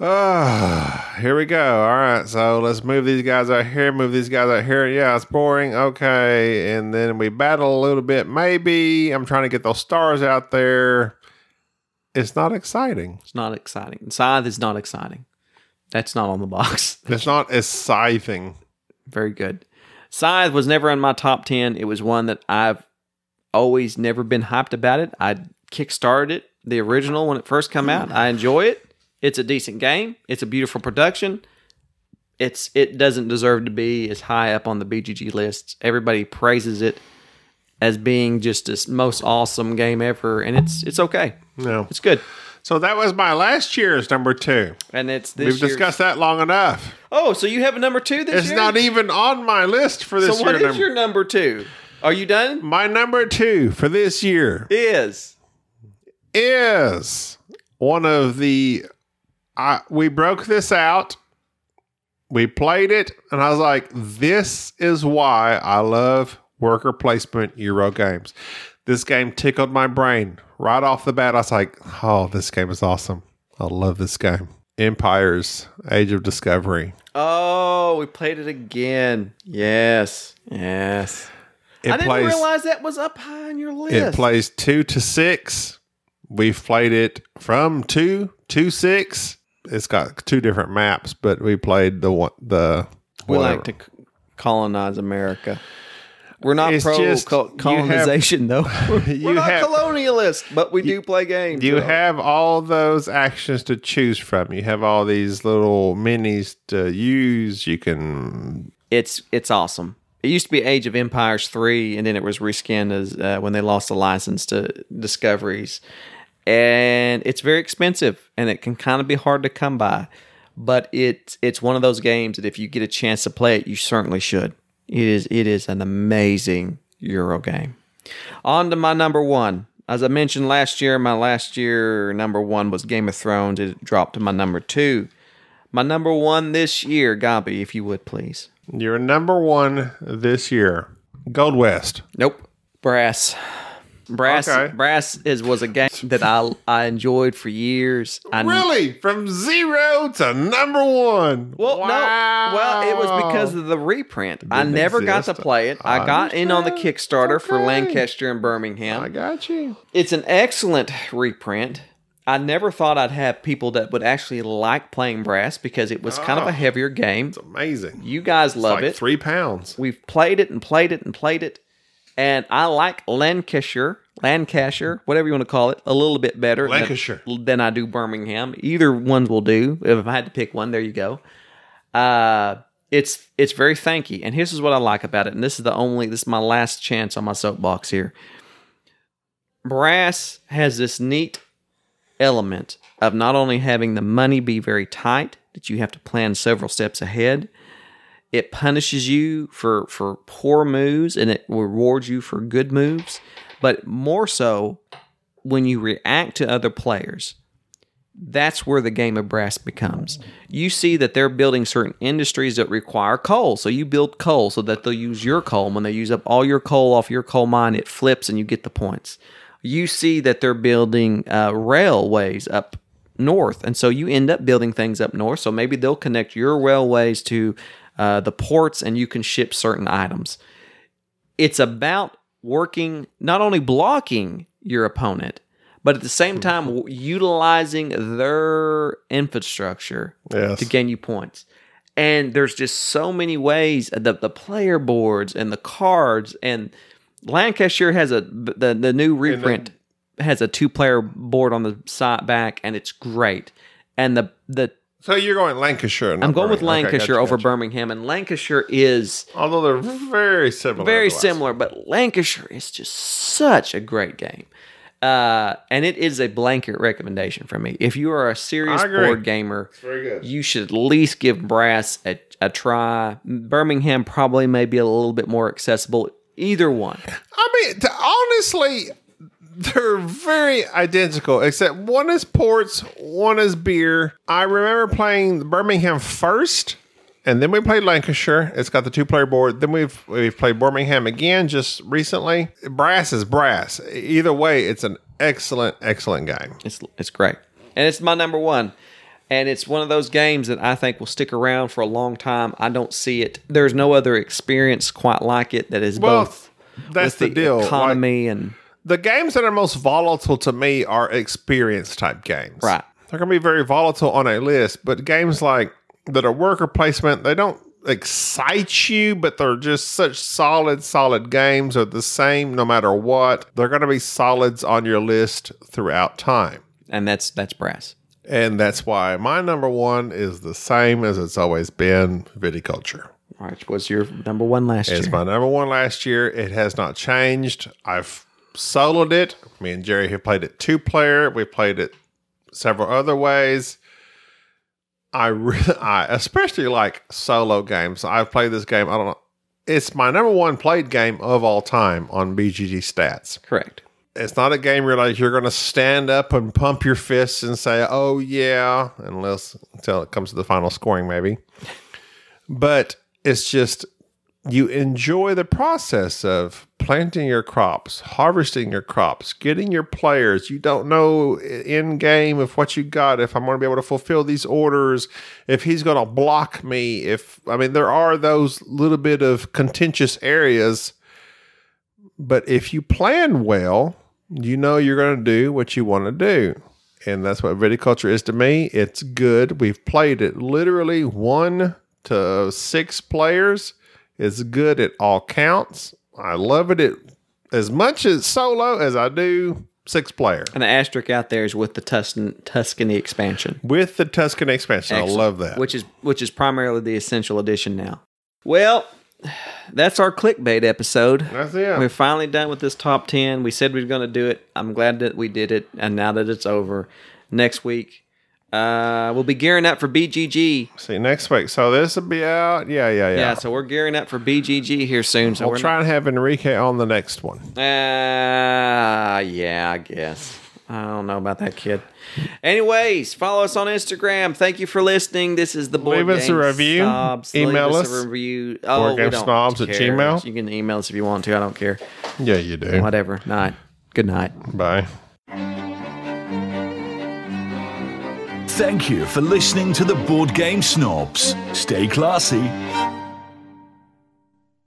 A: ah, here we go. All right, so let's move these guys out here, move these guys out here. Yeah, it's boring. Okay. And then we battle a little bit. Maybe I'm trying to get those stars out there. It's not exciting.
B: It's not exciting. Scythe is not exciting. That's not on the box.
A: It's not as scything.
B: Very good. Scythe was never in my top 10. It was one that I've always never been hyped about it. I kickstarted it, the original, when it first came out. I enjoy it. It's a decent game. It's a beautiful production. It's it doesn't deserve to be as high up on the BGG lists. Everybody praises it as being just this most awesome game ever, and it's it's okay.
A: No.
B: It's good.
A: So that was my last year's number two.
B: And it's this
A: We've
B: year's-
A: discussed that long enough.
B: Oh, so you have a number two this
A: It's
B: year?
A: not even on my list for this
B: so
A: year.
B: what is
A: number- Mm.
B: your number two? Are you done?
A: my number two for this year
B: Is
A: is one of the. I, we broke this out. We played it, and I was like, "This is why I love worker placement Euro games." This game tickled my brain right off the bat. I was like, "Oh, this game is awesome! I love this game." Empires: Age of Discovery.
B: Oh, we played it again. Yes. Yes.
A: It
B: I didn't realize that was up high on your list.
A: It plays two to six. We've played it from two to six. It's got two different maps, but we played the one the.
B: we
A: whatever.
B: like to c- colonize America. We're not
A: It's
B: pro
A: just-
B: col-
A: you have-
B: colonization, though. We're
A: you
B: not
A: have
B: colonialists, but we do play games.
A: you
B: though.
A: have all those actions to choose from. You have all these little minis to use. You can
B: it's it's awesome. It used to be Age of Empires three, and then it was reskinned as uh, when they lost the license to Discoveries, and it's very expensive, and it can kind of be hard to come by. But it's it's one of those games that if you get a chance to play it, you certainly should. It is it is an amazing Euro game. On to my number one. As I mentioned last year, my last year number one was Game of Thrones. It dropped to my number two. My number one this year, Gabi, if you would please.
A: you're number one this year. Gold West.
B: Nope. Brass. Brass.
A: Okay.
B: Brass is was a game that I I enjoyed for years. I
A: Really, from zero to number one.
B: Well, no. Well, it was
A: Wow.
B: because of the reprint. I never got
A: exist.
B: to play it. I,
A: I
B: got in on the
A: understand.
B: Kickstarter for
A: Okay.
B: Lancaster and
A: I
B: Birmingham.
A: got you.
B: It's an excellent reprint. I never thought I'd have people that would actually like playing Brass because it was kind of
A: Ah.
B: a heavier game.
A: Amazing.
B: You guys love
A: like
B: it.
A: Three pounds.
B: We've played it and played it and played it. And I like Lancashire, Lancashire, whatever you want to call it, a little bit better than-
A: Lancashire.
B: than, I do Birmingham. Either ones will do. If I had to pick one, there you go. Uh, it's it's very thanky. And here's what I like about it. And this is the only this is my last chance on my soapbox here. Brass has this neat element of not only having the money be very tight that you have to plan several steps ahead it punishes you for for poor moves and it rewards you for good moves but more so when you react to other players that's where the game of brass becomes you see that they're building certain industries that require coal so you build coal so that they'll use your coal when they use up all your coal off your coal mine it flips and you get the points you see that they're building uh, railways up north. And so you end up building things up north. So maybe they'll connect your railways to uh, the ports and you can ship certain items. It's about working, not only blocking your opponent, but at the
A: Hmm.
B: same time w- utilizing their infrastructure
A: Yes.
B: to gain you points. And there's just so many ways uh, the the player boards and the cards and Lancashire has a the the new reprint has a two player board on the side back and it's great. And the the
A: So you're going Lancashire. not
B: I'm going with
A: Birmingham. Okay,
B: Lancashire
A: gotcha,
B: over
A: gotcha.
B: Birmingham and Lancashire is
A: Although they're very similar.
B: very
A: otherwise.
B: similar, but Lancashire is just such a great game. Uh, and it is a blanket recommendation from me. If you are a serious
A: I agree.
B: board gamer,
A: Very good.
B: you should at least give Brass a, a try. Birmingham probably may be a little bit more accessible. Either one.
A: I mean, to, honestly, They're very identical, except one is ports, one is beer. I remember playing Birmingham first, and then we played Lancashire. It's got the two player board. Then we've we've played Birmingham again just recently. Brass is brass. E-, Either way, it's an excellent, excellent game.
B: It's it's great, and it's my number one. And it's one of those games that I think will stick around for a long time. I don't see it. There's no other experience quite like it that is
A: Well,
B: both
A: that's the
B: with
A: deal, like-
B: economy and
A: the games that are most volatile to me are experience type games.
B: Right.
A: They're going to be very volatile on a list, but games like that are worker placement, they don't excite you, but they're just such solid, solid games are the same no matter what. They're going to be solids on your list throughout time.
B: and that's that's brass.
A: And that's why my number one is the same as it's always been viticulture.
B: All right, what's your number one last
A: It's
B: year?
A: my number one last year. It has not changed. I've soloed it. Me and Jerry have played it two player. We played it several other ways. I really, I especially like solo games. I've played this game. I don't know. It's my number one played game of all time on BGG stats.
B: Correct.
A: It's not a game where like you're going to stand up and pump your fists and say, "Oh yeah," unless until it comes to the final scoring, maybe. But it's just you enjoy the process of planting your crops, harvesting your crops, getting your players. You don't know in game if what you got, if I'm going to be able to fulfill these orders, if he's going to block me. If I mean, there are those little bit of contentious areas, but if you plan well, you know you're going to do what you want to do. And that's what viticulture is to me. It's good. We've played it literally one to six players. It's good at all counts. I love it at, as much as solo as I do six player
B: And the asterisk out there is with the Tuscan, Tuscany expansion,
A: with the Tuscan expansion.
B: Excellent.
A: I love that.
B: which is which is primarily the essential edition now. Well, that's our clickbait episode.
A: that's it.
B: We're finally done with this top 10. We said we were going to do it. I'm glad that we did it. And now that it's over, next week, uh, we'll be gearing up for BGG.
A: See you next week. So this will be out. Yeah, yeah, yeah.
B: Yeah. so we're gearing up for BGG here soon. So
A: I'll
B: we're
A: try and have Enrique on the next one.
B: Uh, yeah, I guess. I don't know about that kid. Anyways, follow us on Instagram. Thank you for listening. This is the board
A: Leave us a
B: Game
A: review.
B: Snobs.
A: Email
B: Leave
A: us.
B: a review. Oh, we
A: Game
B: don't
A: Snobs at
B: care.
A: Gmail.
B: You can email us if you want to. I don't care.
A: Yeah, you do.
B: Whatever. Night. Good night.
A: Bye.
C: Thank you for listening to the Board Game Snobs. Stay classy.